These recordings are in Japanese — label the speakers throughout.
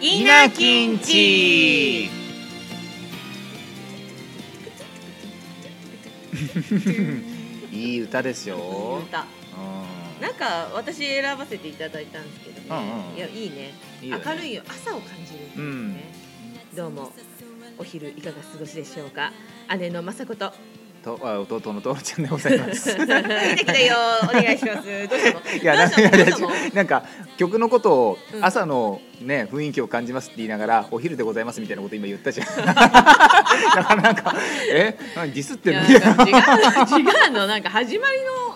Speaker 1: イナキン チ
Speaker 2: いい歌ですよ
Speaker 1: いい歌
Speaker 2: うん
Speaker 1: なんか私選ばせていただいたんですけどね、
Speaker 2: うんうん
Speaker 1: いやいいね
Speaker 2: いいよね
Speaker 1: 明るいよ朝を感じるんですよね、どうもお昼いかが過ごしでしょう か姉の雅子と
Speaker 2: とあ弟のトールちゃんでございます
Speaker 1: 出てきたよお願いします どうしたの
Speaker 2: いや
Speaker 1: どう
Speaker 2: な
Speaker 1: したの
Speaker 2: いや
Speaker 1: どうしたの
Speaker 2: なんか曲のことを
Speaker 1: うん
Speaker 2: 朝のね雰囲気を感じますって言いながらお昼でございますみたいなこと今言ったじゃん だからなんかえ何ディスって
Speaker 1: い
Speaker 2: る
Speaker 1: やなん
Speaker 2: の
Speaker 1: か違う違うのなんか始まりの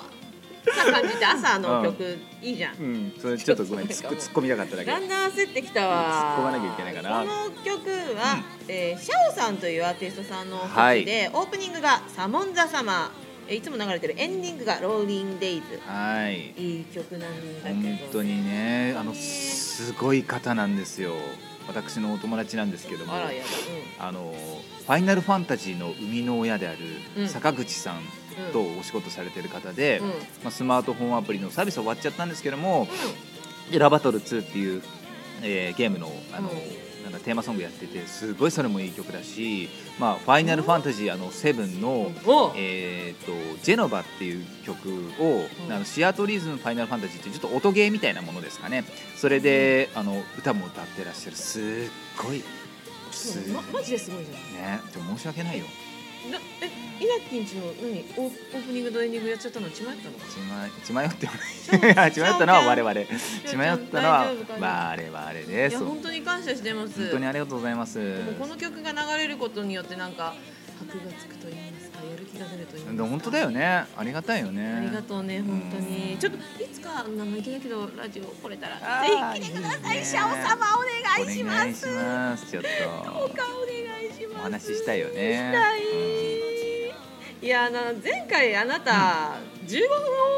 Speaker 1: さ感じって朝の曲、いいじゃん
Speaker 2: うんそれちょっとごめん突っ突っ込みたかっただけ
Speaker 1: だんだん焦ってきたわ
Speaker 2: 突っ込まなきゃいけないかな
Speaker 1: この曲は、えーシャオさんというアーティストさんの曲で、オープニングが「サモン・ザ・サマー」えーいつも流れてるエンディングが「ローリン・デイズ
Speaker 2: はい」
Speaker 1: いい曲なんだけど
Speaker 2: 本当にねあのすごい方なんですよ私のお友達なんですけども
Speaker 1: あらやだ
Speaker 2: あのファイナルファンタジーの生みの親であ
Speaker 1: うん
Speaker 2: る坂口さん
Speaker 1: うんうん
Speaker 2: とお仕事されてる方で、
Speaker 1: うんうん
Speaker 2: まあ、スマートフォンアプリのサービスは終わっちゃったんですけども「でラバトル2」っていう、えーゲームのあの、
Speaker 1: うん
Speaker 2: なんだテーマソングやっててすごいそれもいい曲だし「まあ、ファイナルファンタジー」あの7の「
Speaker 1: お
Speaker 2: えー、とジェノバっていう曲を、
Speaker 1: うん
Speaker 2: あのシアトリズムファイナルファンタジーっていうちょっと音ゲーみたいなものですかねそれで、あの歌も歌ってらっしゃるすっごいす
Speaker 1: そうまマジですごいじゃん
Speaker 2: ねちょ申し訳ないよ
Speaker 1: なえ稲城んちの何オーオープニングとエンディングやっちゃったの血迷った の
Speaker 2: 血ま血迷っては
Speaker 1: シャオちゃん
Speaker 2: 血迷ったのは我々
Speaker 1: シャオ
Speaker 2: 血
Speaker 1: ち
Speaker 2: 迷
Speaker 1: ゃ
Speaker 2: っ
Speaker 1: ん
Speaker 2: たのは
Speaker 1: 大丈夫かな
Speaker 2: 我々で
Speaker 1: い
Speaker 2: す
Speaker 1: や
Speaker 2: 本
Speaker 1: 本当に感謝してます
Speaker 2: 当にありがとうございます
Speaker 1: でもこの曲が流れることによってなんか箔がつくと言いますかやる気が出ると言いますか
Speaker 2: 本当だよねありがたいよね
Speaker 1: ありがとうね本当
Speaker 2: う
Speaker 1: に
Speaker 2: ん
Speaker 1: ちょっといつか生意気だけどラジオ来れたら
Speaker 2: あー
Speaker 1: ぜひ来てくださ
Speaker 2: い
Speaker 1: い
Speaker 2: いね
Speaker 1: シャオ様お願いし
Speaker 2: お
Speaker 1: ま
Speaker 2: 願い
Speaker 1: す
Speaker 2: しますちょっ
Speaker 1: お
Speaker 2: と
Speaker 1: 顔お願いします
Speaker 2: お話ししたいよね
Speaker 1: したい
Speaker 2: うん
Speaker 1: いやあの前回あなた15分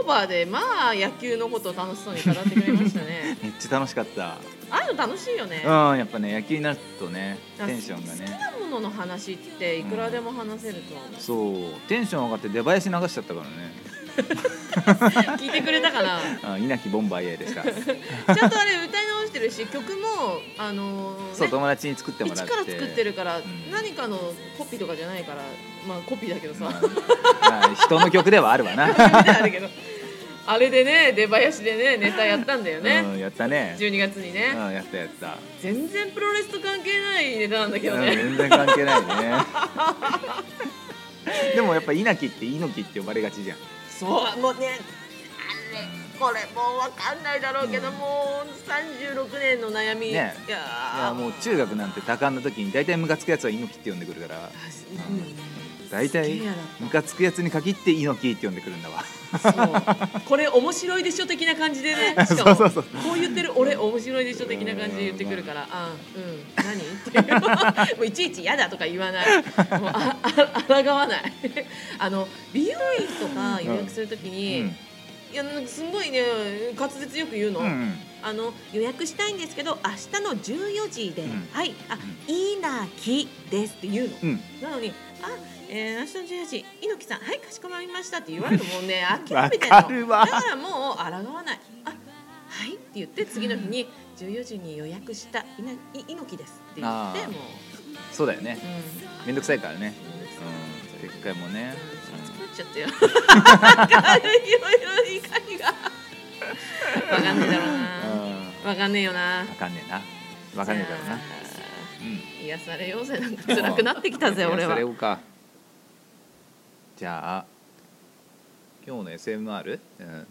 Speaker 1: オーバーでまあ野球のことを楽しそうに語ってくれました ね
Speaker 2: めっちゃ楽しかった
Speaker 1: ああいうの楽しいよね
Speaker 2: うん、やっぱね野球になるとね
Speaker 1: あ
Speaker 2: テンションがね
Speaker 1: 好きなものの話っていくらでも話せると思う
Speaker 2: そうテンション上がって出囃子流しちゃったからね
Speaker 1: 聞いてくれたか な
Speaker 2: あ稲城ボンバイエーでした
Speaker 1: ちゃんとあれ歌い直してるし曲もあのーね
Speaker 2: そう友達に作ってもらって
Speaker 1: 一から作ってるから、
Speaker 2: ん
Speaker 1: 何かのコピーとかじゃないからまあコピーだけどさ、
Speaker 2: まあ、まあ人の曲ではあるわな、
Speaker 1: あるけどあれでね出囃子でねネタやったんだよ
Speaker 2: う
Speaker 1: ね、
Speaker 2: ん、やったね
Speaker 1: 12月に
Speaker 2: うん
Speaker 1: ね、
Speaker 2: やったやった、
Speaker 1: 全然プロレスと関係ないネタなんだけど
Speaker 2: うん
Speaker 1: ね、
Speaker 2: 全然関係ないね でもやっぱ稲城って猪木って呼ばれがちじゃん
Speaker 1: そうもうねあれこれもうわかんないだろうけど、
Speaker 2: うん
Speaker 1: もう36年の悩み、
Speaker 2: ね
Speaker 1: いや
Speaker 2: いやもう中学なんて多感な時に大体ムカつくやつは猪木って呼んでくるから
Speaker 1: うん
Speaker 2: 大体
Speaker 1: すげえや
Speaker 2: ムカつくやつに限って猪木って呼んでくるんだわ
Speaker 1: そうこれ面白いでしょ的な感じで ねしかも
Speaker 2: そうそうそう
Speaker 1: こう言ってる俺面白いでしょ的な感じで言ってくるからあうん何 っていうもういちいち嫌だとか言わないもうああ抗わない あの美容院とか予約するときに、
Speaker 2: うん
Speaker 1: いやなんかすごいね滑舌よく言うの,、
Speaker 2: うんうん
Speaker 1: あの予約したいんですけど明日の14時で、
Speaker 2: うん
Speaker 1: はいあ
Speaker 2: う
Speaker 1: いいなきですって言うの。
Speaker 2: うん
Speaker 1: なのに、あ、えー、明日の14時、猪木さん、はい、かしこまりましたって言われるともう ね、諦めてんの。
Speaker 2: わかるわ
Speaker 1: だからもう、抗わない。あ、はいって言って、次の日に、14時に予約した、いな、い、猪木ですって言
Speaker 2: あ
Speaker 1: って、も
Speaker 2: ー
Speaker 1: う。
Speaker 2: そうだよね
Speaker 1: うん。
Speaker 2: めんどくさいからね。
Speaker 1: うん
Speaker 2: うん。結界もね。
Speaker 1: 熱くなっちゃったよ。なんかいろいろ怒りが。わかんねえだろうな。
Speaker 2: う
Speaker 1: わかんねえよな。
Speaker 2: ん。わかんねえな。わかんねえだろうな
Speaker 1: じ。
Speaker 2: う
Speaker 1: ゃあ。癒されようぜ、なんか辛くなってき たぜ、
Speaker 2: ん。
Speaker 1: 俺
Speaker 2: そ
Speaker 1: は
Speaker 2: れ。をか。じゃあ。今日の S. M. R.。うん。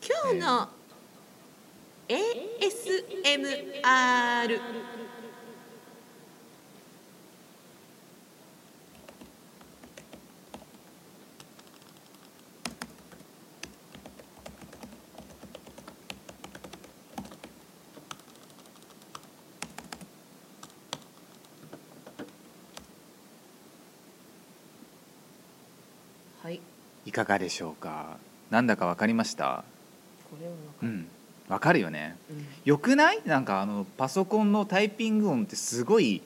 Speaker 1: 今日の ASMR はい
Speaker 2: いかがでしょうか。なんだかわかりました。
Speaker 1: これをなんか
Speaker 2: うん。わかるよね。
Speaker 1: うん
Speaker 2: よくない。なんか、あの、パソコンのタイピング音ってすごい。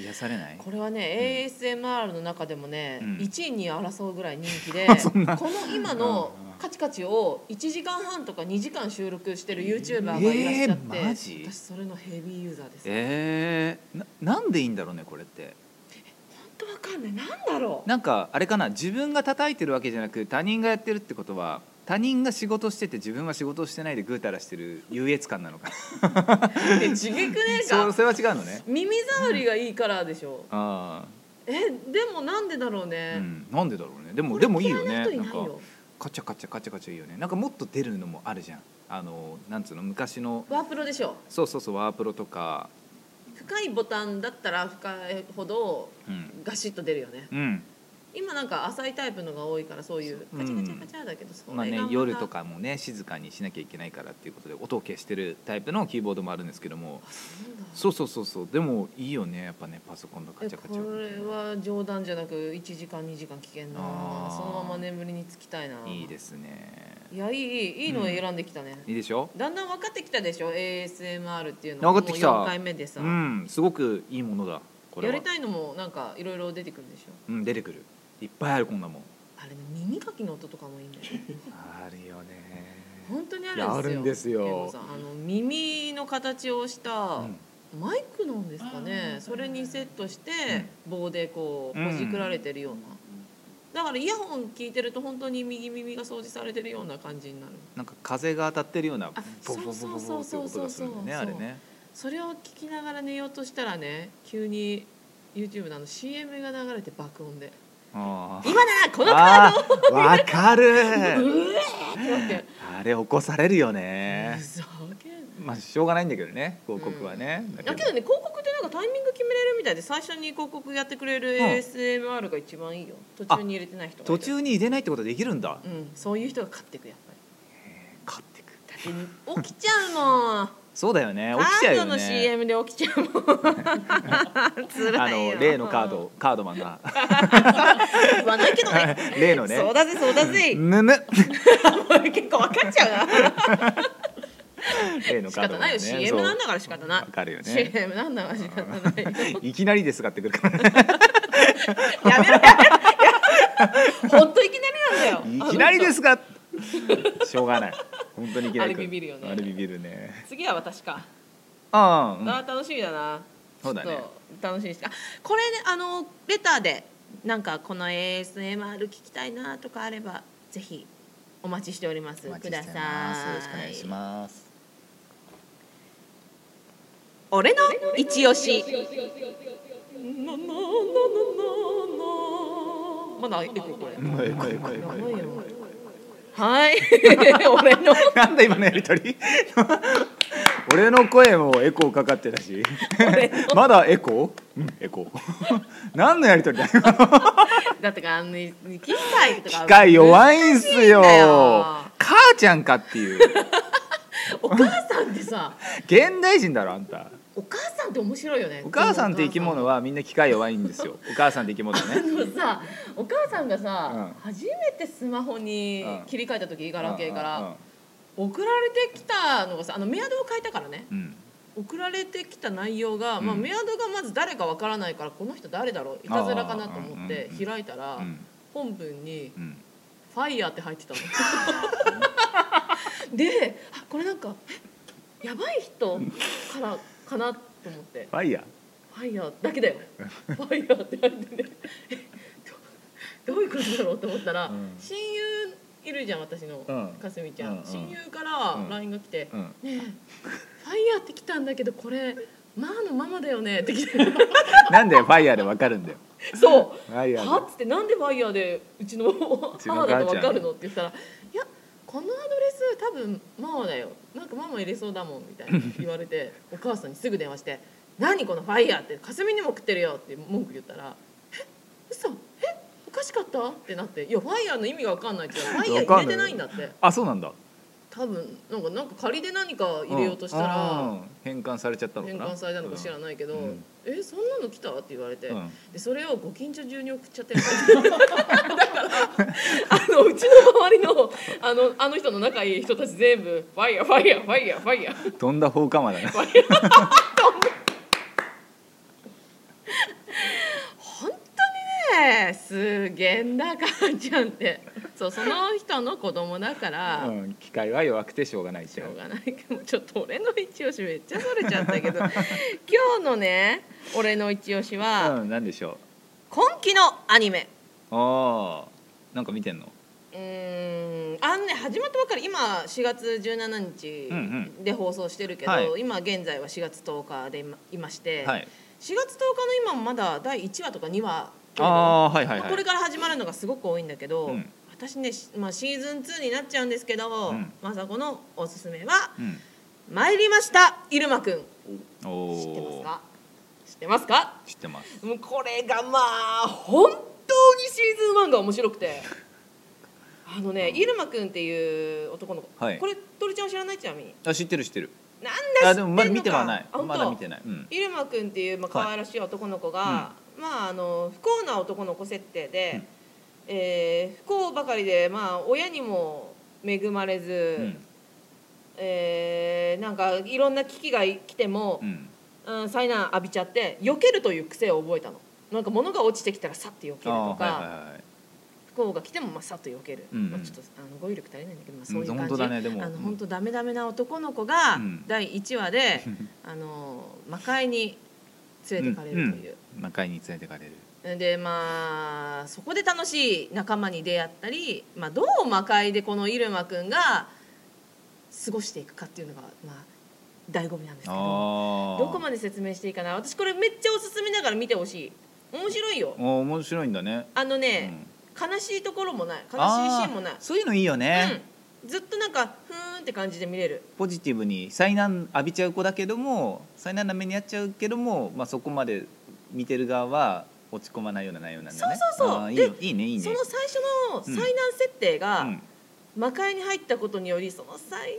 Speaker 2: 癒されない。
Speaker 1: これはね、ASMR の中でもね、
Speaker 2: うん
Speaker 1: 1位に争うぐらい人気で
Speaker 2: そんな
Speaker 1: この今の
Speaker 2: うん
Speaker 1: カチカチを1時間半とか2時間収録してる YouTuber がいらっしゃって、
Speaker 2: えーマジ
Speaker 1: 私それのヘビーユーザーです本
Speaker 2: えー、ななんでいいんだろうねこれって
Speaker 1: 当わかんないなんだろう
Speaker 2: なんかあれかな自分が叩いてるわけじゃなく他人がやってるってことは他人が仕事してて自分は仕事をしてないでぐうたらしてる優越感なのかな
Speaker 1: えちげくねえ
Speaker 2: そう
Speaker 1: か
Speaker 2: それは違うのね
Speaker 1: 耳障りがいいからでしょ
Speaker 2: あ
Speaker 1: えでもなんでだろう
Speaker 2: あ、う
Speaker 1: ね、
Speaker 2: ん、なんでだろうねでも
Speaker 1: これ
Speaker 2: でもいいよ
Speaker 1: 嫌
Speaker 2: ね
Speaker 1: な人
Speaker 2: なん
Speaker 1: な
Speaker 2: か
Speaker 1: いよ
Speaker 2: カチャカチャカチャカチャいいよねなんかもっと出るのもあるじゃんあのなんつうの昔の
Speaker 1: ワープロでしょ
Speaker 2: そうそうそうワープロとか
Speaker 1: 深いボタンだったら深いほど
Speaker 2: うん、
Speaker 1: ガシッと出るよね
Speaker 2: うん
Speaker 1: 今なんか浅いタイプのが多いからそういう
Speaker 2: うん
Speaker 1: カチャカチャカチャだけどそれ
Speaker 2: まあね
Speaker 1: がま、た
Speaker 2: 夜とかもね静かにしなきゃいけないからっていうことで音を消してるタイプのキーボードもあるんですけども
Speaker 1: あそうなんだ
Speaker 2: そうそうそうそうでもいいよねやっぱねパソコンのカ
Speaker 1: え
Speaker 2: チャ
Speaker 1: こ
Speaker 2: カチャ
Speaker 1: れは冗談じゃなく1時間2時間聞けんな
Speaker 2: あー
Speaker 1: そのまま眠りにつきたいない
Speaker 2: い
Speaker 1: す
Speaker 2: ですね
Speaker 1: いやいいいいいいのを
Speaker 2: うん
Speaker 1: 選んできたね、
Speaker 2: いいでしょ
Speaker 1: だんだん分かってきたでしょ ASMR っていうの
Speaker 2: 分かってきた
Speaker 1: もう4回目でさ、
Speaker 2: うんすごくいいものだこれ
Speaker 1: や
Speaker 2: は
Speaker 1: りたいのもなんかいろいろ出てくるでしょ
Speaker 2: うん出てくるいっぱいあるこんなもん
Speaker 1: あれね耳かきの音とかもいいんだよね
Speaker 2: あるよね
Speaker 1: 本当にあ
Speaker 2: いやあ
Speaker 1: る
Speaker 2: る
Speaker 1: ん
Speaker 2: ん
Speaker 1: で
Speaker 2: ですす
Speaker 1: よ
Speaker 2: よ
Speaker 1: けどさあの耳の形をした、
Speaker 2: うん
Speaker 1: マイクなんですかねそれにセットして棒でこう
Speaker 2: うん
Speaker 1: ほじくられてるような、だからイヤホン聞いてると本当に右耳が掃除されてるような感じになる
Speaker 2: なんか風が当たってるようなボ
Speaker 1: そう
Speaker 2: ボボボボボって
Speaker 1: そうそう
Speaker 2: 音
Speaker 1: そうそう
Speaker 2: がするんだよねあれね
Speaker 1: それを聞きながら寝ようとしたらね急に YouTube のあの CM が流れて爆音で
Speaker 2: あ
Speaker 1: 「今だこのカー
Speaker 2: あーわか
Speaker 1: ド!」
Speaker 2: る
Speaker 1: うえーってなって
Speaker 2: あれ起こされるよ
Speaker 1: ふ
Speaker 2: ね
Speaker 1: ざけん
Speaker 2: まあしょうがないんだけどね広告はねだ
Speaker 1: だけどね広告ってなんかタイミング決めれるみたいで最初に広告やってくれる
Speaker 2: ん
Speaker 1: ASMR が一番いいよ途中に入れてない人がい
Speaker 2: 途
Speaker 1: る
Speaker 2: 中に入れないってことできるんだ
Speaker 1: うんそういう人が勝っていくやっぱり
Speaker 2: 買ってく
Speaker 1: だって起きちゃうもん
Speaker 2: そうだよね
Speaker 1: カ
Speaker 2: 起きちゃう
Speaker 1: ー
Speaker 2: よ
Speaker 1: ドの
Speaker 2: ね
Speaker 1: CM で起きちゃうもん
Speaker 2: あ
Speaker 1: 辛いよ
Speaker 2: の例のカードカードマ ンが
Speaker 1: 言わないけどね
Speaker 2: 例のね
Speaker 1: そうだぜそうだぜ
Speaker 2: ぬぬ
Speaker 1: 結構分かっちゃうな
Speaker 2: 例の
Speaker 1: 仕
Speaker 2: カー
Speaker 1: 方
Speaker 2: ド
Speaker 1: な
Speaker 2: マ
Speaker 1: い
Speaker 2: ンね
Speaker 1: よ CM なんだ
Speaker 2: か
Speaker 1: から仕方ない
Speaker 2: わかるよね
Speaker 1: CM なんだから仕方ないよ
Speaker 2: いきなりですがってくる からね
Speaker 1: やめろやめろほんといきなりなん
Speaker 2: い
Speaker 1: だよ
Speaker 2: きなりですがしょうがない本当にいきなりく
Speaker 1: あれビビるよね
Speaker 2: あれビビるね
Speaker 1: 次は私か
Speaker 2: ああ
Speaker 1: あー楽しみだな
Speaker 2: そうだね
Speaker 1: ちょっと楽しみにしてあこれねあのレターでなんかこの ASMR 聞きたいなとかあればぜひお待ちしております
Speaker 2: お待ち
Speaker 1: く
Speaker 2: し
Speaker 1: だ
Speaker 2: てま
Speaker 1: さ
Speaker 2: す
Speaker 1: い
Speaker 2: よろしくお願いします
Speaker 1: 俺の一押しまだエコこれ
Speaker 2: もうええこれこれこれこれ
Speaker 1: はい俺の
Speaker 2: なんだ今のやりとり 俺の声もエコーかかってたしまだエコー、うん、エコー 何のやりとりだよ
Speaker 1: だってかあの機械とか
Speaker 2: 機械弱いんすよ
Speaker 1: 難しいんだよ
Speaker 2: 母ちゃんかっていう
Speaker 1: お母さんってさ
Speaker 2: 現代人だろあんた
Speaker 1: お母さんって面白いよね
Speaker 2: お母さんって生き物
Speaker 1: は
Speaker 2: はみんな機械弱いんですよお母さんって生き物
Speaker 1: あ
Speaker 2: ね
Speaker 1: のさお母さんがさ、
Speaker 2: うん
Speaker 1: 初めてスマホに
Speaker 2: うん
Speaker 1: 切り替えた時ガラケーか
Speaker 2: うんうん
Speaker 1: ら送られてきたのがさあのメアドを変えたからね
Speaker 2: うんうん
Speaker 1: 送られてきた内容が、まあ、
Speaker 2: うん
Speaker 1: メアドがまず誰かわからないからこの人誰だろういたずらかなと思って
Speaker 2: あーうんうんうん
Speaker 1: 開いたら
Speaker 2: うん
Speaker 1: 本文に
Speaker 2: うん
Speaker 1: 「ファイヤーって入って たの。であこれなんかえやばい人からかなと思って
Speaker 2: ファイヤー
Speaker 1: ファイヤーだけだよ。 ファイヤーって入ってて、えどどういうことだろうと思ったら、
Speaker 2: うん
Speaker 1: 親友いるじゃん私の、
Speaker 2: うん
Speaker 1: かすみちゃん、
Speaker 2: うんうん
Speaker 1: 親友から
Speaker 2: うん
Speaker 1: LINE が来て、
Speaker 2: うん
Speaker 1: ねえファイヤーって来たんだけどこれまあのママだよねって来て、
Speaker 2: なんでファイヤーでわかるんだよ
Speaker 1: そう。
Speaker 2: ファイ ヤ
Speaker 1: は
Speaker 2: ー
Speaker 1: っつってなんでファイヤーでうちの母だとわかるのって言ったら「いやこのアドレス多分ママだよなんかママ入れそうだもん」みたい な言われてお母さんにすぐ電話して「何このファイヤーって霞にも食ってるよ」って文句言ったら「え嘘えおかしかった?」ってなって「いやファイヤーの意味がわかんない」って言ったらファイヤー入れてないんだって
Speaker 2: あそうなんだ
Speaker 1: 多分なんかなんか仮で何か入れようとした
Speaker 2: う
Speaker 1: ら
Speaker 2: ん変換されちゃったのか
Speaker 1: 変
Speaker 2: な
Speaker 1: 換されたのか知らないけど
Speaker 2: うん
Speaker 1: 「えそんなの来た?」って言われて。
Speaker 2: うん
Speaker 1: でそれをご近所中に送っちゃってる だからあのうちの周りのあのあの人の仲いい人たち全部ファイヤーファイヤーファイヤーファイヤー
Speaker 2: 飛んだ放火 魔だね
Speaker 1: 本当にねすげえんだ母ちゃんってそうその人の子供だから、
Speaker 2: うん、機械は弱くてしょうがないって
Speaker 1: しょうがないけどちょっと俺の一押しめっちゃそれちゃったけ ど今日のね俺の一押しは、
Speaker 2: うん、なんでしょ
Speaker 1: 今期のアニメ
Speaker 2: うああなんか見てんの
Speaker 1: うーんあのね始まったばっかり今4月17日で放送してるけど、
Speaker 2: うんうんは
Speaker 1: 今現在は4月10日でいまして、
Speaker 2: はい
Speaker 1: 4月10日の今もまだ第1話とか2話
Speaker 2: ああはいはいはい
Speaker 1: これから始まるのがすごく多いんだけど、
Speaker 2: うん
Speaker 1: 私ね、しまあ、シーズン2になっちゃうんですけど、
Speaker 2: うん
Speaker 1: まさこのおすすめは
Speaker 2: うん
Speaker 1: 「参りました入間くん」
Speaker 2: お
Speaker 1: 知ってます
Speaker 2: ー
Speaker 1: か知ってますか
Speaker 2: 知ってます
Speaker 1: もうこれがまあ本当にシーズン1が面白くてあのね入間くんっていう男の子、
Speaker 2: はい
Speaker 1: これ鳥ちゃん知らないちなみに
Speaker 2: あ知ってる知ってる
Speaker 1: なんだ知ってんのか
Speaker 2: あでもまだ見てはない
Speaker 1: あ本当
Speaker 2: まだ見てないうん
Speaker 1: 入間くんっていう、まあ、
Speaker 2: はい
Speaker 1: 可愛らしい男の子が、まああの不幸な男の子設定で、えー不幸ばかりでまあ親にも恵まれず、
Speaker 2: うん
Speaker 1: えーなんかいろんな危機が来ても
Speaker 2: う、ん
Speaker 1: うん、災難浴びちゃって避けるという癖を覚えたのなんか物が落ちてきたらさって避けると
Speaker 2: あ
Speaker 1: か、
Speaker 2: あはいはいはい
Speaker 1: 不幸が来てもまあさっと避ける、
Speaker 2: うんうん
Speaker 1: まあ、ちょっとあの語彙力足りないんだけど、まあ、そういう
Speaker 2: うん
Speaker 1: 感じ、
Speaker 2: 本当だねでも
Speaker 1: あ
Speaker 2: う
Speaker 1: の
Speaker 2: ん
Speaker 1: 本当ダメダメな男の子が
Speaker 2: うん
Speaker 1: 第1話で、 あの魔界に連れてかれるという。
Speaker 2: うんうん魔界に連れてかれる
Speaker 1: でまあそこで楽しい仲間に出会ったり、まあ、どう魔界でこの入間くんが過ごしていくかっていうのが、まあ、醍醐味なんですけど
Speaker 2: ああ
Speaker 1: どこまで説明していいかな私これめっちゃおすすめだから見てほしい面白いよ
Speaker 2: お面白いんだね
Speaker 1: あの
Speaker 2: う
Speaker 1: ね、
Speaker 2: ん
Speaker 1: 悲しいところもない悲しいシーンもない
Speaker 2: あーそういうのいいよね、
Speaker 1: うん、ずっとなんかふーんって感じで見れる
Speaker 2: ポジティブに災難浴びちゃう子だけども災難な目に遭っちゃうけども、まあ、そこまで見てる側は落ち込まないような内容なんだね
Speaker 1: そうそうそう
Speaker 2: あー
Speaker 1: で
Speaker 2: いいいいねいいね
Speaker 1: その最初の災難設定が、
Speaker 2: うん
Speaker 1: 魔界に入ったことによりその災難がい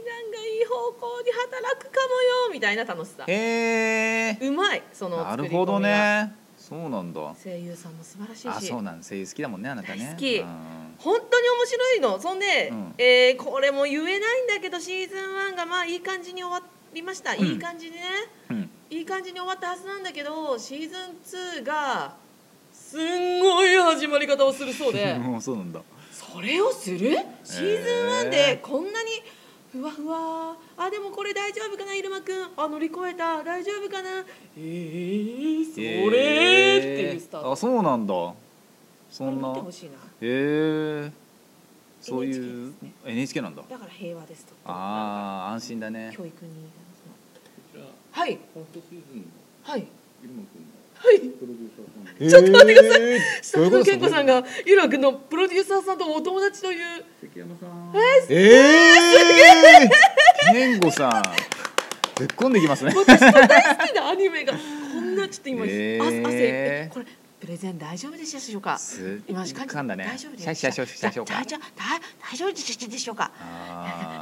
Speaker 1: い方向に働くかもよみたいな楽しさ
Speaker 2: へえ
Speaker 1: うまいその
Speaker 2: な
Speaker 1: 作り
Speaker 2: る
Speaker 1: 込みが
Speaker 2: ほどねそうなんだ
Speaker 1: 声優さんも素晴らしいし
Speaker 2: あそうなん声優好きだもんねあなたね
Speaker 1: 大好き
Speaker 2: うん
Speaker 1: 本当に面白いのそんで、
Speaker 2: うん
Speaker 1: えーこれも言えないんだけどシーズン1がまあいい感じに終わりました、
Speaker 2: ん
Speaker 1: いい感じにね
Speaker 2: うん
Speaker 1: いい感じに終わったはずなんだけどシーズン2がすんごい始まり方をするそう で
Speaker 2: もうそうなんだ
Speaker 1: それをするシーズン1
Speaker 2: え
Speaker 1: で
Speaker 2: ー
Speaker 1: こんなにふわふわあでもこれ大丈夫かな入間くんあ乗り越えた大丈夫かなえー、それーっていうスター
Speaker 2: へーあ
Speaker 1: ト
Speaker 2: そうなんだそん
Speaker 1: 見
Speaker 2: な
Speaker 1: てほしいな
Speaker 2: へえそうい
Speaker 1: NHK で
Speaker 2: う
Speaker 1: すね
Speaker 2: NHK なんだ
Speaker 1: だから平和ですと
Speaker 2: ああ安心だね
Speaker 1: 教育に
Speaker 3: じゃあ
Speaker 1: はい
Speaker 3: ファーストシーズンの
Speaker 1: はい
Speaker 3: 入間君の
Speaker 1: はい
Speaker 3: プロデューサーさん
Speaker 1: ち
Speaker 3: の
Speaker 1: ょっと待ってください
Speaker 2: えー
Speaker 1: 佐藤健子さん
Speaker 2: どういうこと
Speaker 1: がゆらくんのプロデューサーさんとお友達という
Speaker 3: 関山さん。
Speaker 2: ええー、健吾さんぶっこんできますね
Speaker 1: 私の大好きなアニメがこんなちょっと今汗、
Speaker 2: へ
Speaker 1: え
Speaker 2: ー
Speaker 1: これプレゼン大丈夫でしょうか
Speaker 2: す
Speaker 1: 今
Speaker 2: っかんだね
Speaker 1: 大丈夫で
Speaker 2: シャシャシャシャシャシャ
Speaker 1: 大丈夫大大丈夫でしょうか
Speaker 2: あ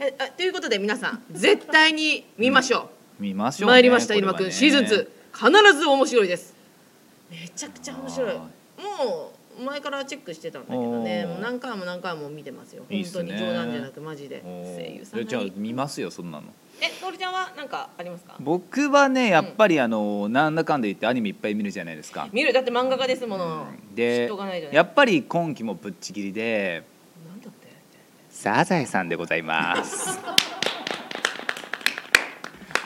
Speaker 2: ー
Speaker 1: えあということで皆さん絶対に見ましょう、
Speaker 2: 見ましょう、ね、
Speaker 1: 参りました入間
Speaker 2: これ
Speaker 1: くん
Speaker 2: はね
Speaker 1: シーズン2必ず面白いですめちゃくちゃ面白い
Speaker 2: あ
Speaker 1: もう前からチェックしてたんだけどね
Speaker 2: おー
Speaker 1: もう何回も何回も見てますよ
Speaker 2: いい
Speaker 1: 本
Speaker 2: っす
Speaker 1: 当
Speaker 2: ね
Speaker 1: に冗談じゃなくマジで
Speaker 2: おー
Speaker 1: 声優さん
Speaker 2: え
Speaker 1: な
Speaker 2: じゃあ
Speaker 1: り
Speaker 2: 見ますよそんなの
Speaker 1: えトールちゃんは何かありますか
Speaker 2: 僕はねやっぱりあの、なんだかんだ言ってアニメいっぱい見るじゃないですか
Speaker 1: 見るだって漫画家ですもの
Speaker 2: で
Speaker 1: 人がないじゃない
Speaker 2: やっぱり今期もぶっちぎりで
Speaker 1: なんだって
Speaker 2: サザエさんでございます。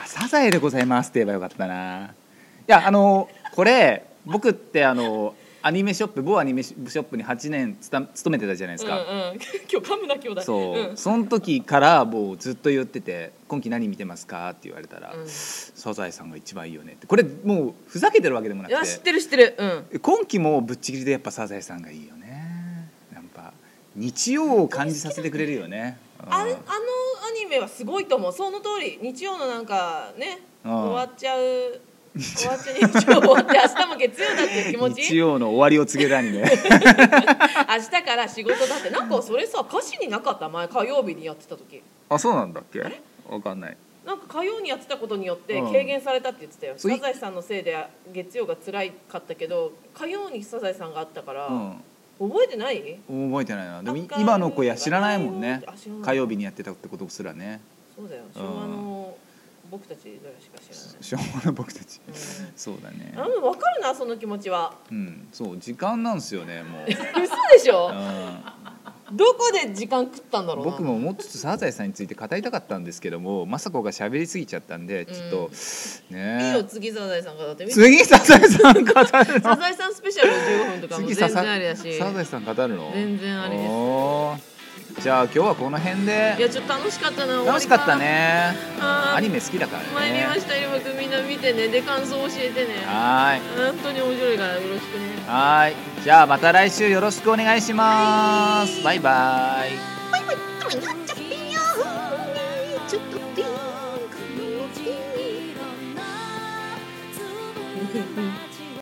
Speaker 2: あサザエでございますって言えばよかったな。いやあのこれ僕ってあのアニメショップ某アニメショップに8年つた勤めてたじゃないですか。
Speaker 1: うんうん、 今日噛むな兄弟
Speaker 2: そう、
Speaker 1: ん
Speaker 2: その時からもうずっと言ってて「今期何見てますか?」って言われたら「
Speaker 1: うん
Speaker 2: サザエさんが一番いいよね」ってこれもうふざけてるわけでもないく
Speaker 1: や知っててる知ってるうん
Speaker 2: 今期もぶっちぎりでやっぱ「サザエさんがいいよね」やっぱ日曜を感じさせてくれるよね。うん
Speaker 1: あれあのアニメはすごいと思うその通り日曜のなんかね
Speaker 2: うん
Speaker 1: 終わっちゃ う終わっちゃう日曜終わって明日も月曜だっていう気持
Speaker 2: 日
Speaker 1: ち
Speaker 2: 曜の終わりを告げるアニメ
Speaker 1: 明日から仕事だってなんかそれさ歌詞になかった前火曜日にやってた時
Speaker 2: あそうなんだっけわかんない
Speaker 1: なんか火曜にやってたことによって
Speaker 2: うん
Speaker 1: 軽減されたって言ってたよ、
Speaker 2: そうい
Speaker 1: サザエさんのせいで月曜が辛いかったけど火曜にサザエさんがあったから、
Speaker 2: うん
Speaker 1: 覚えてない
Speaker 2: 覚えてないなでも
Speaker 1: なんか
Speaker 2: 今の子や知らないもんね
Speaker 1: あ知らない
Speaker 2: 火曜日にやってたってことすらね
Speaker 1: そうだよ昭和の僕たちぐらいしか知らない
Speaker 2: しょうもない僕たち
Speaker 1: うん
Speaker 2: そうだね
Speaker 1: あでも分かるなその気持ちは
Speaker 2: うんそう時間なんですよねもう、
Speaker 1: 嘘でしょ
Speaker 2: う
Speaker 1: どこで時間食ったんだろ
Speaker 2: ん、
Speaker 1: うな
Speaker 2: 僕ももうちょっとサザエさんについて語りたかったんですけども雅子が喋りすぎちゃったんでちょ
Speaker 1: い
Speaker 2: っと、
Speaker 1: いよ
Speaker 2: ねえ
Speaker 1: 次サザエさんからだって
Speaker 2: 次サザエさん語
Speaker 1: サ
Speaker 2: るの
Speaker 1: ザエさんスペシャル15分とかも
Speaker 2: 次
Speaker 1: 全
Speaker 2: サ
Speaker 1: 然
Speaker 2: ザ
Speaker 1: ありだし
Speaker 2: サザエさん語るの
Speaker 1: 全然ありです
Speaker 2: おーじゃあ今日はこの辺
Speaker 1: いや
Speaker 2: で
Speaker 1: ちょっと楽しかったな
Speaker 2: 楽しかったね
Speaker 1: あー
Speaker 2: アニメ好きだからね
Speaker 1: 終わりか参りました今くんみんな見てねで感想教えてね
Speaker 2: はーい
Speaker 1: 本当に面白いからよろしくね
Speaker 2: はーいじゃあまた来週よろしくお願いしますバイバイ
Speaker 4: ちょっとピンクの君色なつぶやき